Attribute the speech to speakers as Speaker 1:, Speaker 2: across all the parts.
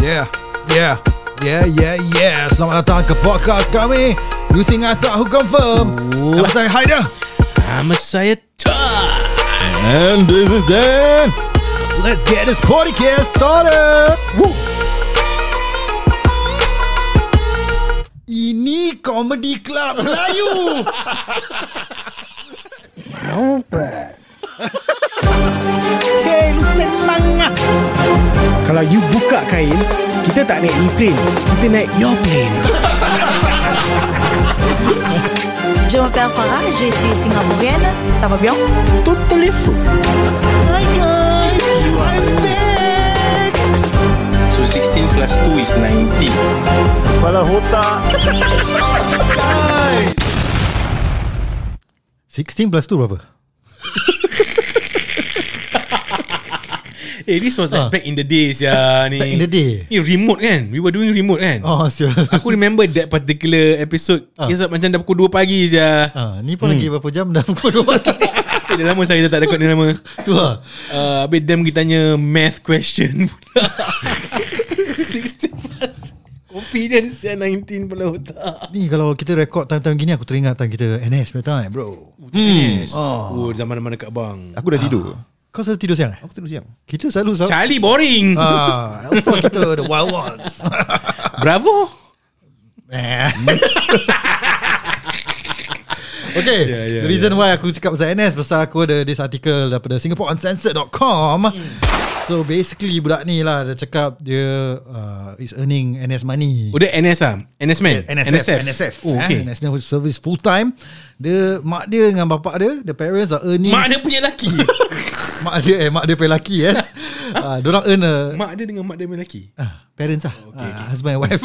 Speaker 1: Yeah, yeah, yeah, yeah, yeah. Selamat datang ke podcast kami. You think I thought who confirm? Nama saya Haider.
Speaker 2: Nama saya Todd
Speaker 3: And this is Dan.
Speaker 1: Let's get this podcast started. Woo. Ini Comedy Club Melayu.
Speaker 4: Kain semangat Kalau you buka kain Kita tak naik plane Kita naik your plane
Speaker 5: Je m'appelle Farah, je suis singapourienne. Ça va bien?
Speaker 4: Totally full Hi guys I'm back
Speaker 6: So 16 plus 2 is 19.
Speaker 1: Nice. 16 plus 2 berapa?
Speaker 2: Eh this was like
Speaker 1: Ah.
Speaker 2: back in the days ya ni
Speaker 1: Back in the day.
Speaker 2: Eh remote kan We were doing remote kan
Speaker 1: Oh, sial.
Speaker 2: Aku remember that particular episode
Speaker 1: Ah.
Speaker 2: It's like macam dah pukul 2 pagi saja.
Speaker 1: Ha, ni pun hmm. lagi berapa jam dah pukul 2 pagi.
Speaker 2: Eh, dah lama saya tak record ni lama
Speaker 1: tu lah.
Speaker 2: uh, Habis Dem pergi tanya math question pula 60 plus Confidence yang 19 pula otak
Speaker 1: Ni kalau kita rekod time-time gini aku teringat time kita NS punya time bro.
Speaker 2: Yes
Speaker 1: Ah.
Speaker 2: Oh zaman-zaman dekat bang
Speaker 3: Aku dah tidur.
Speaker 1: Kau selalu tidur siang eh?
Speaker 3: Aku tidur siang.
Speaker 1: Kita selalu sama.
Speaker 2: Charlie boring
Speaker 1: Ah, for kita the wild ones.
Speaker 2: Bravo
Speaker 1: Okay yeah,
Speaker 2: Yeah,
Speaker 1: yeah,
Speaker 2: yeah,
Speaker 1: The reason yeah. why aku cakap pasal NS Pasal aku ada this article Daripada singaporeuncensored.com So basically budak ni lah Dia cakap dia uh, Is earning NS money
Speaker 2: Oh dia NS ah NS man
Speaker 1: NSF, NSF.
Speaker 2: Oh
Speaker 1: eh,
Speaker 2: okay
Speaker 1: National Service Full Time. Dia mak dia dengan bapak dia, the parents are earning
Speaker 2: Mak dia punya lelaki
Speaker 1: mak dia eh mak dia pun lelaki yes. Ah, uh, orang earn a,
Speaker 2: Mak dia dengan mak dia punya lelaki
Speaker 1: ah, parents lah. Okay, okay. husband and wife.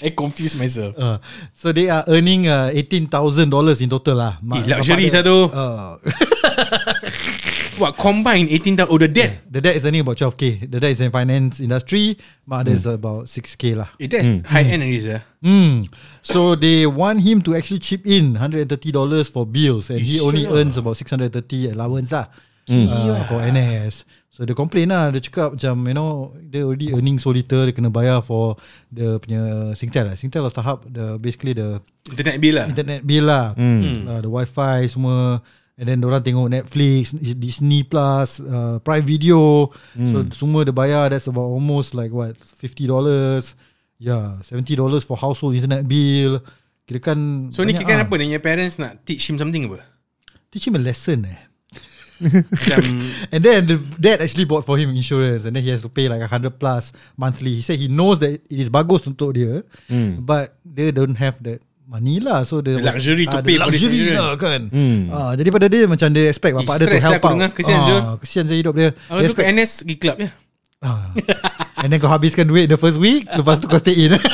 Speaker 2: I confuse myself
Speaker 1: uh, so they are earning uh, $18,000 in total lah. Mak,
Speaker 2: Eh, luxury
Speaker 1: bapak dia-
Speaker 2: satu.
Speaker 1: Uh,
Speaker 2: What combine 18 tahun Oh the dad
Speaker 1: the dad is earning about 12k. The dad is in finance industry. Mak dia is about 6k lah.
Speaker 2: Eh that's high end eh. already sir
Speaker 1: Hmm. So they want him to actually chip in $130 for bills and he only earns about 630 allowance lah uh, for NS. So dia complain lah, dia cakap macam you know, they already earning so little, dia kena bayar for the punya Singtel lah. Singtel or Starhub, the, basically the
Speaker 2: Internet bill lah
Speaker 1: internet bill lah. Mm. Uh, the wifi semua. And then orang tengok Netflix, Disney Plus, uh, Prime Video. Mm. So semua dia bayar that's about almost like what $50. Yeah, $70 for household internet bill. Kira kan
Speaker 2: So ni
Speaker 1: banyak
Speaker 2: kira kan
Speaker 1: ah.
Speaker 2: apa Dia punya parents nak teach him something apa
Speaker 1: Teach him a lesson eh.
Speaker 2: Macam
Speaker 1: And then the dad actually bought for him insurance and then he has to pay like 100 plus monthly. He said he knows that it is bagus untuk dia mm. but they don't have that money lah. So the,
Speaker 2: The luxury to pay for this
Speaker 1: luxury
Speaker 2: insurance.
Speaker 1: lah kan. Mm. Ah, jadi pada dia macam dia expect
Speaker 2: Eh,
Speaker 1: bapak dia to
Speaker 2: stress lah
Speaker 1: help
Speaker 2: aku
Speaker 1: out.
Speaker 2: dengar. Kesian
Speaker 1: Ah,
Speaker 2: Zul.
Speaker 1: kesian je hidup dia.
Speaker 2: Kalau
Speaker 1: dia
Speaker 2: tu ke NS pergi club ya
Speaker 1: ah. and then kau habiskan duit the first week lepas tu kau stay in.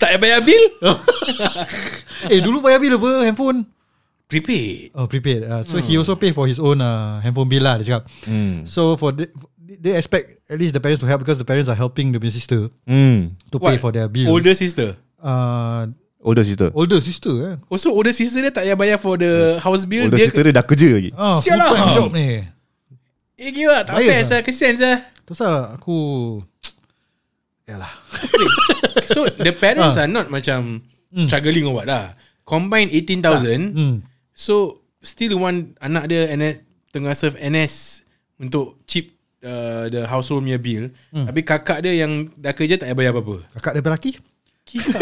Speaker 2: Tak payah bayar bill
Speaker 1: eh dulu bayar bila apa handphone?
Speaker 2: Prepaid
Speaker 1: Oh prepaid. Uh, so he also pay for his own uh, handphone bill lah dia cakap. So for the, they expect at least the parents to help because the parents are helping the sister
Speaker 3: Hmm.
Speaker 1: to pay for their bills.
Speaker 2: Older sister
Speaker 1: uh,
Speaker 3: Older sister.
Speaker 2: Oh,
Speaker 1: older sister eh.
Speaker 2: Also older sister dia tak payah bayar for the house bill
Speaker 3: Older
Speaker 2: dia
Speaker 3: sister dia dah kerja lagi.
Speaker 1: Ah, full
Speaker 2: Sial lah.
Speaker 1: time job ni.
Speaker 2: Eh gila tak
Speaker 1: Bayar
Speaker 2: fair
Speaker 1: sah.
Speaker 2: sah Kesian sah
Speaker 1: Terus lah aku Yalah.
Speaker 2: So the parents
Speaker 1: Ah.
Speaker 2: are not macam Struggling or what lah Combine 18,000
Speaker 1: Hmm.
Speaker 2: So still want anak dia NS tengah serve NS untuk chip uh, the household punya bill. Hmm. Tapi kakak dia yang dah kerja tak payah bayar apa-apa.
Speaker 1: Kakak dia lelaki?
Speaker 2: Kita.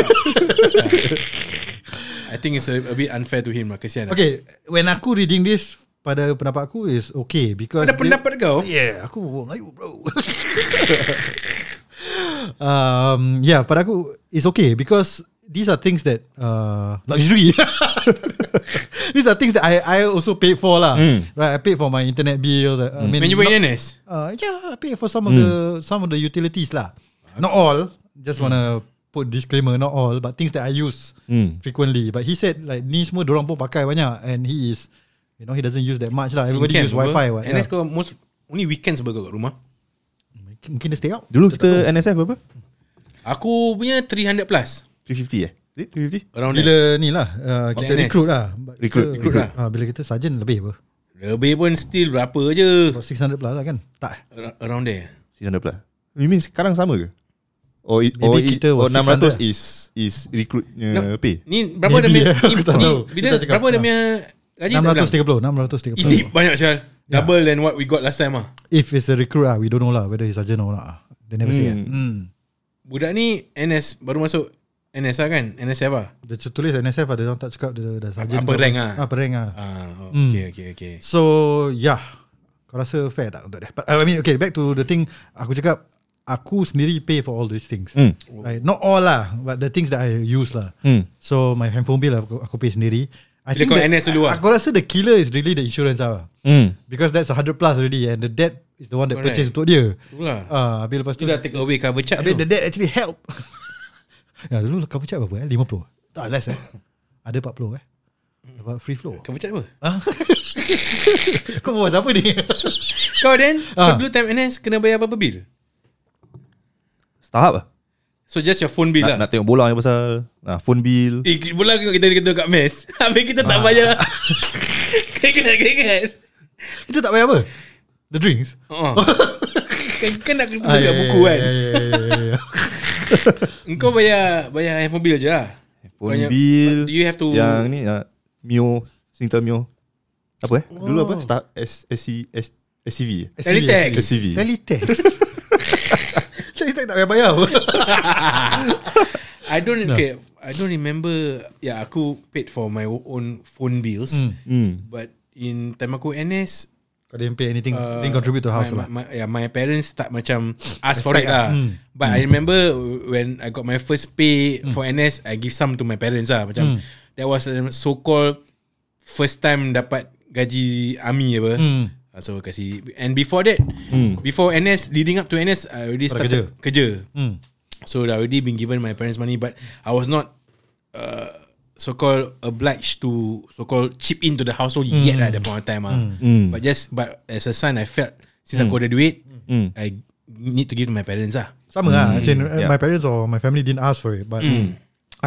Speaker 2: I think it's a, a bit unfair to him lah. Kesian lah.
Speaker 1: Okay, when aku reading this pada pendapat aku is okay because
Speaker 2: Ada
Speaker 1: dia-
Speaker 2: pendapat kau?
Speaker 1: Yeah, aku berbual Melayu bro. um, yeah, pada aku it's okay because these are things that uh, luxury. these are things that I I also paid for lah. Right, I paid for my internet bills. uh, I mean,
Speaker 2: Hmm. When you were in NS?
Speaker 1: Uh, yeah, I pay for
Speaker 3: Hmm.
Speaker 1: some of the some of the utilities lah. Not all. Just wanna put disclaimer, not all, but things that I use
Speaker 3: Hmm.
Speaker 1: frequently. But he said like ni semua orang pun pakai banyak, and he is, you know, he doesn't use that much lah. Everybody
Speaker 2: Singkan
Speaker 1: use
Speaker 2: apa?
Speaker 1: wifi. What,
Speaker 2: NS
Speaker 1: yeah.
Speaker 2: kau most only weekends berapa kau kat rumah?
Speaker 1: Mungkin dia stay out.
Speaker 3: Dulu kita NSF berapa?
Speaker 2: Aku punya 300 plus.
Speaker 3: 350 eh? Is it 350?
Speaker 2: Around
Speaker 1: Bila
Speaker 2: Bila?
Speaker 1: ni lah uh, Kita
Speaker 2: NS.
Speaker 1: recruit lah
Speaker 3: Recruit,
Speaker 2: recruit lah.
Speaker 1: uh, Bila kita sergeant lebih apa
Speaker 2: Lebih pun still berapa je.
Speaker 1: About 600 plus lah kan Tak
Speaker 2: Ar- Around there.
Speaker 3: 600 plus. You mean sekarang sama ke? Or, it,
Speaker 1: Maybe
Speaker 3: or,
Speaker 1: kita
Speaker 3: it, or
Speaker 1: was
Speaker 3: 600
Speaker 1: 600
Speaker 3: is is recruit
Speaker 2: No.
Speaker 3: no. pay.
Speaker 2: Ni berapa
Speaker 1: Maybe,
Speaker 2: dia punya
Speaker 1: aku
Speaker 2: ni-
Speaker 1: tak
Speaker 2: ni-
Speaker 1: tahu. Kita
Speaker 2: Bila
Speaker 1: tak cakap. lah.
Speaker 2: berapa dia punya Gaji tak bilang
Speaker 1: 630 630
Speaker 2: Ini banyak
Speaker 1: Ya.
Speaker 2: sial Double than what we got last time ah.
Speaker 1: If it's a recruit lah We don't know lah Whether he's sergeant or not lah. They never say kan
Speaker 3: Hmm.
Speaker 1: hmm.
Speaker 2: Budak ni NS Baru masuk NS lah kan NSF lah
Speaker 1: Dia tu- tulis NSF Ada orang tak cakap Dia dah sergeant
Speaker 2: Apa
Speaker 1: ke
Speaker 2: rank ah?
Speaker 1: Apa rank lah
Speaker 2: ah, oh,
Speaker 1: Hmm.
Speaker 2: Okay okay okay
Speaker 1: So yeah Kau rasa fair tak untuk dia But, I mean okay Back to the thing Aku cakap Aku sendiri pay for all these things
Speaker 3: Hmm.
Speaker 1: right? Not all lah But the things that I use lah
Speaker 3: Hmm.
Speaker 1: So my handphone bill lah, aku, aku pay sendiri I
Speaker 2: Bila
Speaker 1: think
Speaker 2: kau
Speaker 1: that-
Speaker 2: NS dulu lah.
Speaker 1: Aku rasa the killer is really the insurance lah
Speaker 3: Hmm.
Speaker 1: Because that's 100 plus already And the debt is the one that
Speaker 2: Correct.
Speaker 1: purchase untuk dia
Speaker 2: Itulah
Speaker 1: Ah, Habis lepas
Speaker 2: Tu
Speaker 1: tu
Speaker 2: dah take away cover charge
Speaker 1: Habis
Speaker 2: tu.
Speaker 1: the dad actually help Ya dulu cover charge berapa eh 50 Tak less eh Ada 40 eh Dapat free flow
Speaker 2: Cover charge apa
Speaker 1: Ah. Kau buat apa ni
Speaker 2: Kau then
Speaker 1: Ah.
Speaker 2: Kau dulu time NS Kena bayar apa-apa bil
Speaker 3: Starhub lah.
Speaker 2: So just your phone bill
Speaker 3: Nak,
Speaker 2: lah
Speaker 3: nak tengok bola ni pasal. Nah, phone bill.
Speaker 2: Eh bola kita kita kita kat mess Habis kita
Speaker 1: Ah.
Speaker 2: tak bayar Keringat keringat
Speaker 1: Kita tak bayar apa The drinks
Speaker 2: Oh. kan, kan nak kena
Speaker 1: Ah,
Speaker 2: tulis
Speaker 1: ya,
Speaker 2: kat
Speaker 1: ya,
Speaker 2: buku
Speaker 1: ya,
Speaker 2: kan
Speaker 1: ya, ya, ya, ya, ya.
Speaker 2: Engkau
Speaker 1: Hmm.
Speaker 2: bayar Bayar handphone bill je lah
Speaker 3: Phone
Speaker 2: Kau yang-
Speaker 3: bill.
Speaker 2: but Do you have to
Speaker 3: Yang ni. Uh, Mio. Singtel Mio. Apa eh? Dulu apa?
Speaker 2: Oh.
Speaker 3: Star, S, SC, S, E eh? SCV.
Speaker 2: Teletext.
Speaker 3: SCV.
Speaker 1: Teletext Teletext tak payah bayar apa
Speaker 2: I don't
Speaker 1: Ya.
Speaker 2: okay, I don't remember Yeah aku paid for my own phone bills
Speaker 1: Hmm.
Speaker 3: Hmm.
Speaker 2: But in time aku NS
Speaker 1: Kau didn't pay anything
Speaker 2: uh,
Speaker 1: Didn't contribute to the house
Speaker 2: my,
Speaker 1: lah
Speaker 2: my, yeah, my parents start macam Ask for it
Speaker 1: Respect lah.
Speaker 2: lah
Speaker 1: Hmm.
Speaker 2: But I remember When I got my first pay
Speaker 1: Hmm.
Speaker 2: For NS I give some to my parents lah Macam That was um, so called First time dapat Gaji army apa
Speaker 1: Hmm.
Speaker 2: Ah, So kasi And before that Before NS Leading up to NS I already
Speaker 1: Pada
Speaker 2: started kerja.
Speaker 1: Hmm.
Speaker 2: So I already been given my parents money But I was not uh, So called obliged to So called chip into the household
Speaker 1: Hmm.
Speaker 2: Yet lah at that point of time ah. But just But as a son I felt Since
Speaker 1: Hmm.
Speaker 2: I got the duit
Speaker 3: Mm.
Speaker 2: I need to give to my parents lah
Speaker 1: Sama lah Macam uh,
Speaker 3: Yeah.
Speaker 1: My parents or my family Didn't ask for it But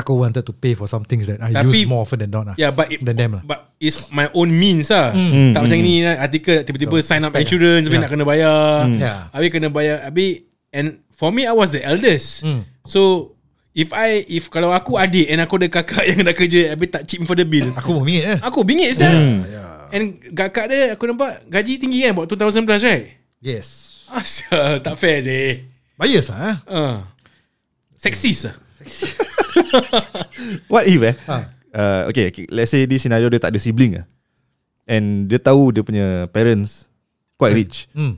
Speaker 1: Aku wanted to pay for some things That I
Speaker 2: Tapi-
Speaker 1: use more often than not lah
Speaker 2: Yeah but it,
Speaker 1: Than them lah Hmm.
Speaker 2: But it's my own means lah Tak macam ni lah, Artikel tiba-tiba Sign up
Speaker 1: Respect lah.
Speaker 2: insurance Habis
Speaker 1: Yeah. Hmm.
Speaker 2: nak kena bayar
Speaker 1: Yeah.
Speaker 2: Habis kena bayar Habis And for me I was the eldest
Speaker 1: Hmm.
Speaker 2: So If I If kalau aku adik And aku ada kakak Yang dah kerja Habis tak chip for the bill
Speaker 1: Aku pun bingit eh
Speaker 2: Aku bingit sah And kakak dia Aku nampak Gaji tinggi kan About 2000 plus right
Speaker 1: Yes
Speaker 2: Asal Tak fair sih
Speaker 1: Bias lah eh?
Speaker 2: uh. Sexist lah
Speaker 3: What if eh?
Speaker 1: Ha.
Speaker 3: Uh, okay, okay, let's say this scenario dia tak ada sibling lah. And dia tahu dia punya parents quite rich.
Speaker 1: Hmm.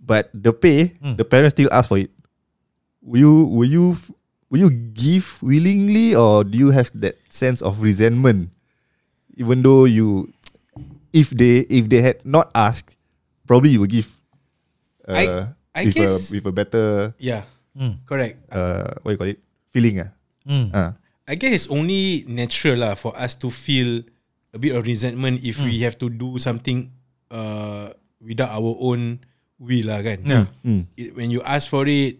Speaker 3: But the pay, the parents still ask for it. Will you will you will you give willingly or do you have that sense of resentment? Even though you if they if they had not asked, probably you would give uh,
Speaker 2: I- I
Speaker 3: with
Speaker 2: guess-
Speaker 3: a with a better
Speaker 2: Yeah Correct
Speaker 3: uh, what you call it? Feeling ah.
Speaker 1: Hmm.
Speaker 3: Ah.
Speaker 2: I guess it's only natural lah for us to feel a bit of resentment if we have to do something uh, without our own will lah kan.
Speaker 1: Yeah.
Speaker 3: Hmm.
Speaker 2: It, when you ask for it,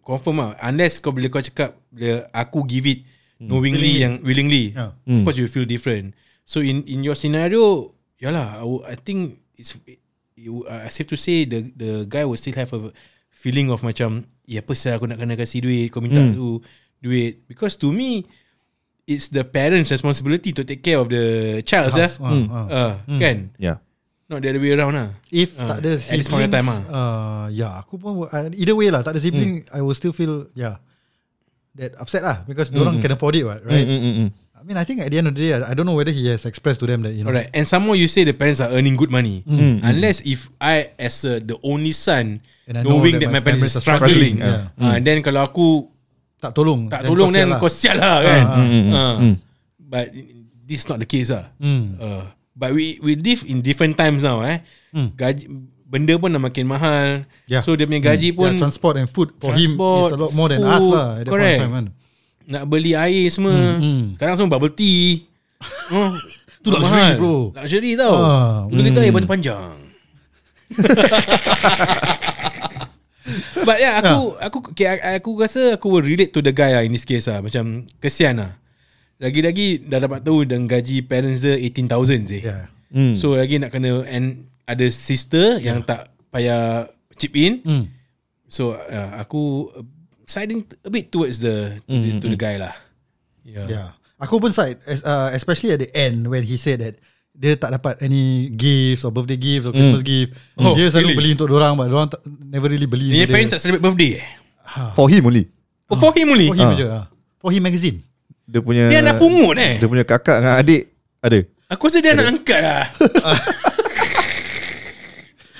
Speaker 2: confirm lah. Unless kau bila kau cakap, bila aku give it
Speaker 1: Hmm.
Speaker 2: knowingly yang willingly,
Speaker 1: Yeah.
Speaker 2: of course you feel different. So in in your scenario, yalah, I, would- I think it's you, uh, safe to say the the guy will still have a feeling of macam, ya apa sah aku nak kena kasih duit, kau
Speaker 1: Hmm.
Speaker 2: minta tu duit. Because to me, it's the parents' responsibility to take care of the child,
Speaker 1: House, ah,
Speaker 2: lah.
Speaker 1: ah.
Speaker 2: Uh, kan?
Speaker 3: Yeah.
Speaker 2: Not the other way around lah.
Speaker 1: If
Speaker 2: Ah,
Speaker 1: tak ada
Speaker 2: at this
Speaker 1: siblings
Speaker 2: point of time, ah. Hmm.
Speaker 1: uh, Yeah Aku pun uh, Either way lah Tak ada sibling I will still feel Yeah That upset lah Because mm.
Speaker 2: Hmm,
Speaker 1: orang can afford it what, Right
Speaker 3: Mm, mm, mm.
Speaker 1: I mean I think at the end of the day I I don't know whether he has expressed to them That you know
Speaker 2: Alright, and some more you say the parents are earning good money.
Speaker 1: Mm.
Speaker 2: Unless if I as a, the only son
Speaker 1: And I know
Speaker 2: knowing
Speaker 1: that
Speaker 2: that,
Speaker 1: my
Speaker 2: my parents,
Speaker 1: parents
Speaker 2: is
Speaker 1: are struggling,
Speaker 2: struggling,
Speaker 1: yeah.
Speaker 2: uh, then kalau aku
Speaker 1: Tak tolong
Speaker 2: tak tolong
Speaker 1: sial
Speaker 2: then
Speaker 1: lah.
Speaker 2: kau sial lah kan.
Speaker 1: Ah, ah.
Speaker 2: Uh, But this is not the case lah.
Speaker 1: Hmm.
Speaker 2: Uh, but we we live in different times now eh. Gaji benda pun dah makin mahal.
Speaker 1: Mm. Yeah. Mm.
Speaker 2: So dia punya gaji pun
Speaker 1: yeah, Ya. Hmm. Transport and food For him
Speaker 2: Transport,
Speaker 1: Is a lot more than us
Speaker 2: food,
Speaker 1: lah At that point
Speaker 2: correct.
Speaker 1: of time kan
Speaker 2: nak beli air semua. Sekarang semua bubble tea.
Speaker 1: Hmm,
Speaker 2: oh,
Speaker 1: Tu
Speaker 2: tak
Speaker 1: luxury,
Speaker 2: mahal.
Speaker 1: bro.
Speaker 2: Luxury tau.
Speaker 1: Ah,
Speaker 2: Dulu kita air batu panjang. But yeah,
Speaker 1: Ya.
Speaker 2: aku aku okay, I- aku rasa aku will relate to the guy lah in this case lah. Macam kesian lah. Lagi-lagi dah dapat tahu dan gaji parents dia 18,000 sih.
Speaker 1: Yeah
Speaker 3: Mm.
Speaker 2: So lagi nak kena and ada sister yang tak payah chip in.
Speaker 1: Ya. Hmm.
Speaker 2: So uh, aku uh, siding a bit towards the to, the, to the guy lah. Yeah. yeah.
Speaker 1: Yeah. Ya. Aku pun side as, uh, especially at the end when he said that dia tak dapat any gifts or birthday gifts or Christmas gift.
Speaker 2: Oh,
Speaker 1: dia selalu
Speaker 2: really?
Speaker 1: beli untuk orang but orang never really beli.
Speaker 2: Dia
Speaker 1: untuk
Speaker 2: parents tak celebrate birthday eh?
Speaker 3: For him only
Speaker 2: Oh, for him only.
Speaker 1: for him je. ah. For him magazine.
Speaker 3: Dia punya
Speaker 2: Dia anak pungut eh.
Speaker 3: Dia punya kakak dengan adik Ada
Speaker 2: Aku rasa dia nak angkat lah.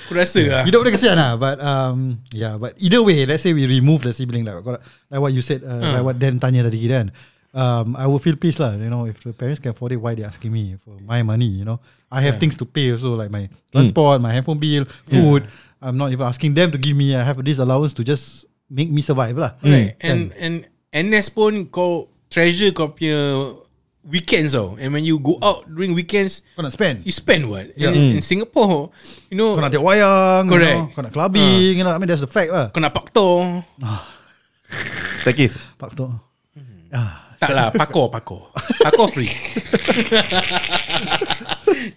Speaker 2: aku rasa lah.
Speaker 1: Hidup dia kesian lah But um, Yeah but either way Let's say we remove the sibling Like, what- like what you said uh,
Speaker 2: Ah.
Speaker 1: Like what Dan tanya tadi kan um, I will feel peace lah You know If the parents can afford it Why they asking me For my money You know I have things to pay also Like my transport My handphone bill Food I'm not even asking them to give me I have this allowance to just Make me survive lah
Speaker 2: Right. And and NS pun kau treasure kau punya weekends tau. And when you go out during weekends,
Speaker 1: Kau nak spend
Speaker 2: you spend what?
Speaker 1: Yeah.
Speaker 2: And In, in Singapore, you know,
Speaker 1: Kau nak tengok wayang
Speaker 2: Correct. Ah.
Speaker 1: you know, Kau nak clubbing you know, I mean that's the fact lah
Speaker 2: kau nak paktor.
Speaker 3: Takis
Speaker 1: Pak Tok
Speaker 2: Tak lah, pakor, pakor. Pakor free.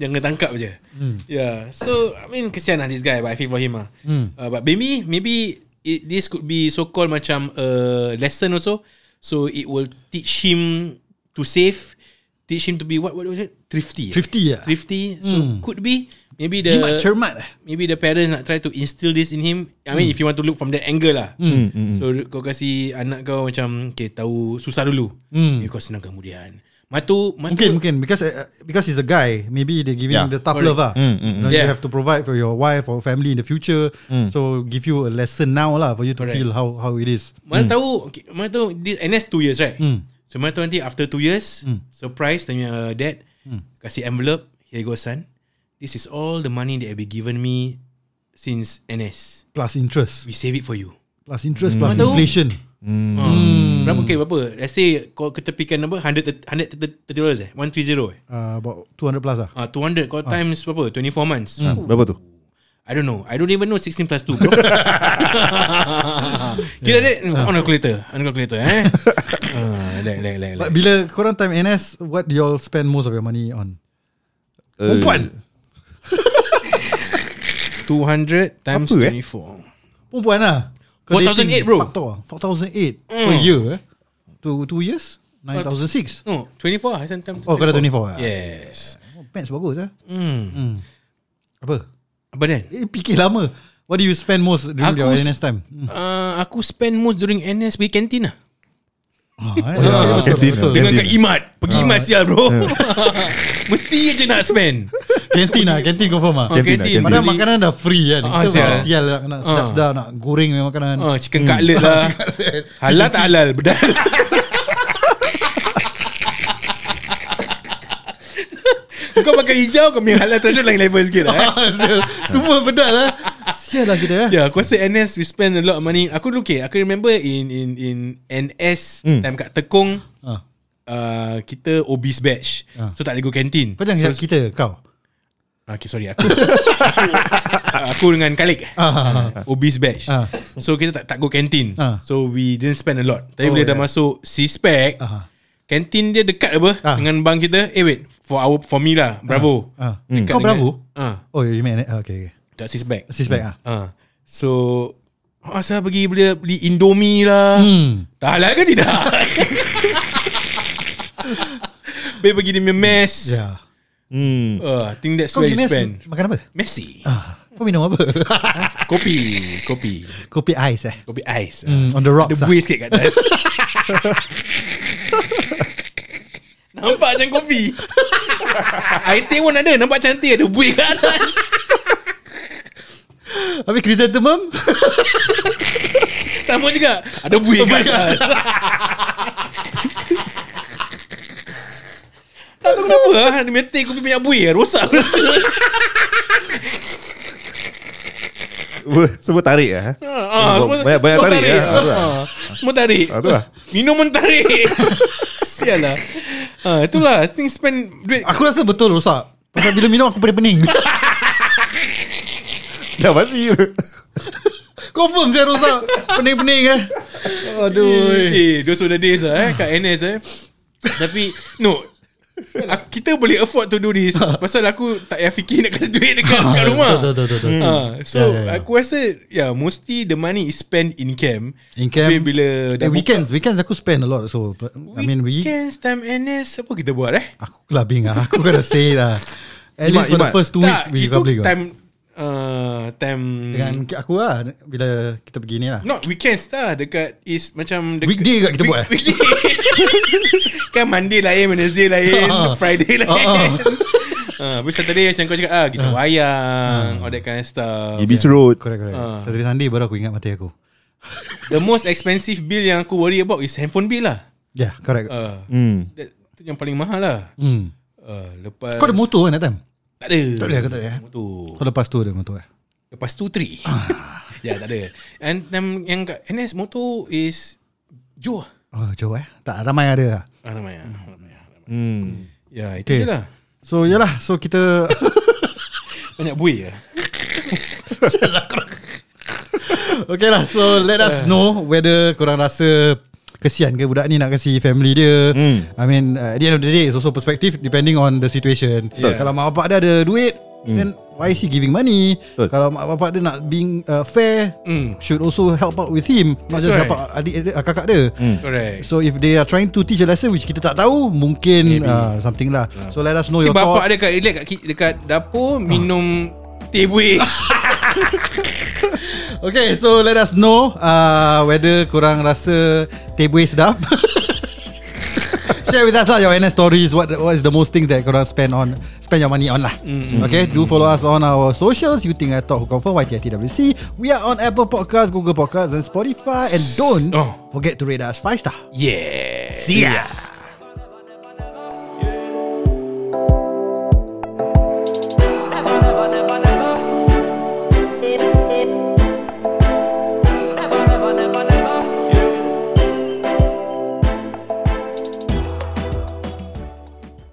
Speaker 2: Jangan tangkap je. Yeah. So, I mean, kesian lah this guy. But I feel for him lah. Uh, but maybe, maybe it, this could be so-called macam a lesson also. So, it will teach him to save. Teach him to be, what, what was it? Thrifty. Hmm. eh?
Speaker 1: Thrifty lah
Speaker 2: Thrifty. So, could be. Maybe the
Speaker 1: Jimat cermat lah
Speaker 2: maybe the parents nak try to instill this in him. I
Speaker 1: Hmm.
Speaker 2: mean, if you want to look from that angle lah. So, kau kasi anak kau macam, okay, tahu susah dulu. Mm. Kau senang kemudian. Matu, matu
Speaker 1: Hmm. Mungkin mungkin because uh, because he's a guy, maybe they giving
Speaker 3: Yeah,
Speaker 1: the tough
Speaker 2: correct.
Speaker 1: love ah.
Speaker 3: Mm, mm,
Speaker 1: you, know, you
Speaker 2: Yeah.
Speaker 1: have to provide for your wife or family in the future. So give you a lesson now lah for you to
Speaker 2: Correct.
Speaker 1: feel how how it is.
Speaker 2: Mana tahu okay, Mana tahu this NS 2 years right
Speaker 1: Hmm.
Speaker 2: So mana tahu nanti After 2 years Surprise Tanya uh, dad
Speaker 1: Hmm.
Speaker 2: Kasih envelope Here you go son This is all the money That have been given me Since NS
Speaker 1: Plus interest,
Speaker 2: We save it for you
Speaker 1: plus interest,
Speaker 3: Mm.
Speaker 1: plus
Speaker 2: Mana tahu?
Speaker 1: inflation.
Speaker 2: hmm. Berapa okay berapa Let's say Kau ketepikan apa 100 130 dollars eh 130 eh
Speaker 1: Uh, about 200 plus ah. Hmm.
Speaker 2: uh, 200 Kau times berapa 24 months
Speaker 3: ha, Berapa tu
Speaker 2: I don't know. I don't even know 16 plus 2 bro. Kira dia on a calculator. On a calculator eh. Ah, like, like, like, like.
Speaker 1: But bila korang time NS, what do y'all spend most of your money on?
Speaker 2: Oh,
Speaker 3: Uh,
Speaker 1: Perempuan.
Speaker 2: 200 times
Speaker 3: Apa, eh?
Speaker 2: 24.
Speaker 1: Perempuan lah.
Speaker 2: 4,800 bro. Mm.
Speaker 1: Faktor, 4,008 per year eh. Two, two years, 9,006.
Speaker 2: No, 24 lah sometimes.
Speaker 1: Oh, kau dah 24 lah?
Speaker 2: Yes.
Speaker 1: Oh, Maths bagus eh.
Speaker 2: Hmm.
Speaker 1: Apa?
Speaker 2: Apa then?
Speaker 1: Eh, fikir lama. What do you spend most during
Speaker 2: Aku
Speaker 1: your
Speaker 2: s-
Speaker 1: NS time? Hmm.
Speaker 2: Uh, aku spend most during NS pergi kantin lah.
Speaker 1: Ah, eh, betul, betul,
Speaker 3: kantin.
Speaker 1: betul.
Speaker 2: Dengan kat
Speaker 3: Kantin.
Speaker 2: Imat. Pergi Imat
Speaker 1: Ah.
Speaker 2: sial bro. Mesti je nak spend.
Speaker 1: Kantin lah Kantin confirm lah
Speaker 2: Ah,
Speaker 3: Kantin lah, kantin.
Speaker 1: Padahal
Speaker 2: Beli-
Speaker 1: makanan dah free kan
Speaker 2: Ah,
Speaker 1: Kita
Speaker 2: sial.
Speaker 1: sial Sial lah Nak sedap-sedap Nak goreng punya makanan
Speaker 2: Ah, chicken cutlet lah. halal tak halal? Bedal. kau pakai hijau, kau punya halal tradisional lain level sikit lah. Eh?
Speaker 1: Ah, Sial. Semua bedal lah Sial lah kita eh
Speaker 2: Yeah, Ya, aku rasa NS we spend a lot of money. Aku dulu okay, aku remember in in in NS mm. time kat Tekong,
Speaker 1: Ah.
Speaker 2: uh, kita obese batch.
Speaker 1: Ah.
Speaker 2: So tak boleh go kantin.
Speaker 1: Kau jangan
Speaker 2: so, ah,
Speaker 1: so, kita Kau
Speaker 2: Okay, sorry. Aku aku dengan Kalik.
Speaker 1: Ah.
Speaker 2: Uh, obese batch.
Speaker 1: Ah.
Speaker 2: So kita tak tak go kantin.
Speaker 1: Ah.
Speaker 2: So we didn't spend a lot. Tapi
Speaker 1: Oh,
Speaker 2: bila dah
Speaker 1: yeah.
Speaker 2: masuk C-Spec,
Speaker 1: Ah.
Speaker 2: kantin dia dekat apa
Speaker 1: Ah.
Speaker 2: dengan bank kita. Eh wait, for our for me lah. Bravo.
Speaker 1: ah.
Speaker 2: Dekat
Speaker 1: Kau
Speaker 2: dengan-
Speaker 1: Bravo?
Speaker 2: Ah,
Speaker 1: Oh you mean ah, Okay okay
Speaker 2: kat C-Spec.
Speaker 1: Assist back ah.
Speaker 2: Ah. So Oh, saya pergi beli, beli Indomie lah
Speaker 1: Hmm.
Speaker 2: Tak halal ke tidak? Baik pergi dia punya mess
Speaker 1: Ya
Speaker 3: hmm.
Speaker 2: uh, I think that's
Speaker 1: Kau
Speaker 2: where you
Speaker 1: Jimenez
Speaker 2: spend
Speaker 1: Makan apa?
Speaker 2: Messi
Speaker 1: Ah. Kau minum apa?
Speaker 2: Kopi Kopi
Speaker 1: Kopi ais eh
Speaker 2: Kopi ais ah.
Speaker 1: Hmm, on the rocks ah.
Speaker 2: Ada buih sikit kat atas Nampak macam kopi Air teh pun ada Nampak cantik Ada buih kat atas
Speaker 1: Habis chrysanthemum
Speaker 2: Sama juga Ada buih kat atas Tak tahu kenapa ah. Dia punya teh kopi banyak buih ah. Rosak aku rasa
Speaker 3: Semua tarik lah eh?
Speaker 2: Ah, ah,
Speaker 3: Banyak-
Speaker 2: semua-
Speaker 3: banyak
Speaker 2: semua
Speaker 3: tarik, ah.
Speaker 2: Ah, ah. Semua tarik.
Speaker 3: Ah, tu lah.
Speaker 2: Minum pun tarik. Sial lah. Ah, itulah. I think spend duit.
Speaker 1: Aku rasa betul rosak Pasal bila minum aku pening-pening
Speaker 3: Dah pasti
Speaker 1: Confirm saya rosak Pening-pening eh Aduh
Speaker 2: Eh, those were the days lah eh, kat NS eh. Tapi, no. Aku, kita boleh afford to do this Pasal aku tak payah fikir nak kasi duit dekat, dekat rumah
Speaker 1: Betul, betul, betul, betul.
Speaker 2: Ha, So
Speaker 1: Ya, ya, ya.
Speaker 2: aku rasa Ya yeah, mesti the money is spent in camp
Speaker 1: In camp,
Speaker 2: Tapi bila
Speaker 1: eh, weekends, weekends aku spend a lot so I mean we
Speaker 2: Weekends time NS Apa kita buat eh
Speaker 1: aku clubbing lah. Aku kena say lah. At least
Speaker 3: Imat,
Speaker 1: for the
Speaker 3: Imat.
Speaker 1: first two weeks we
Speaker 2: itu
Speaker 1: clubbing.
Speaker 2: time uh, Time
Speaker 1: Dengan aku lah bila kita pergi ni lah.
Speaker 2: Not weekends lah Dekat is macam dekat,
Speaker 1: Weekday kat kita buat, eh?
Speaker 2: Weekday Kan Monday lain Wednesday lain
Speaker 1: Ah.
Speaker 2: Friday lain
Speaker 1: Ah, ah.
Speaker 2: Ah, Habis Saturday macam kau cakap ah, Kita wayang All that kind of stuff
Speaker 3: Di Beach Road
Speaker 1: Correct, correct.
Speaker 2: Ah.
Speaker 1: Saturday Sunday baru aku ingat mati aku.
Speaker 2: The most expensive bill yang aku worry about Is handphone bill lah
Speaker 1: Yeah, correct.
Speaker 2: Ah,
Speaker 3: Hmm.
Speaker 2: that, Itu yang paling mahal lah
Speaker 1: Hmm.
Speaker 2: Ah, Lepas
Speaker 1: Kau ada motor kan that time?
Speaker 2: Tak ada
Speaker 1: Tak boleh, aku tak ada, eh?
Speaker 2: Motor
Speaker 1: Kau lepas tu ada motor eh?
Speaker 2: Lepas tu three
Speaker 1: Ah.
Speaker 2: Ya tak ada And um, yang kat NS motor is Joe lah
Speaker 1: Oh, jauh eh. Tak ramai ada lah.
Speaker 2: Ah, ramai lah ramai lah, ramai.
Speaker 3: Hmm.
Speaker 2: Ya itu
Speaker 1: Okay.
Speaker 2: je lah
Speaker 1: So yalah, so kita
Speaker 2: Banyak buih lah
Speaker 1: Okay lah So let
Speaker 2: Eh.
Speaker 1: us know Whether korang rasa Kesian ke budak ni Nak kasi family dia
Speaker 3: Hmm.
Speaker 1: I mean uh, At the end of the day It's also perspective Depending on the situation
Speaker 2: Betul. Hmm.
Speaker 1: Kalau mak bapak dia ada duit Then why is he giving money
Speaker 3: Betul.
Speaker 1: Kalau mak bapak dia nak being uh, fair
Speaker 2: Hmm.
Speaker 1: Should also help out with him Not
Speaker 2: That's
Speaker 1: just
Speaker 2: right. Hmm.
Speaker 1: help out adik, adik, uh, kakak dia
Speaker 2: Correct
Speaker 1: So if they are trying to teach a lesson Which kita tak tahu Mungkin uh, something lah So let us know
Speaker 2: Si
Speaker 1: your
Speaker 2: bapak
Speaker 1: thoughts Ah.
Speaker 2: dia kat relax kat, ki- dekat dapur Minum teh buih
Speaker 1: Okay so let us know uh, Whether korang rasa Tebue sedap Share with us lah your NS stories What what is the most thing that korang spend on Spend your money on lah mm-hmm. Okay do follow us on our socials You think I talk who confirm YTITWC We are on Apple Podcasts Google Podcasts and Spotify And don't
Speaker 2: Oh.
Speaker 1: forget to rate us 5 star
Speaker 2: Yeah
Speaker 1: See ya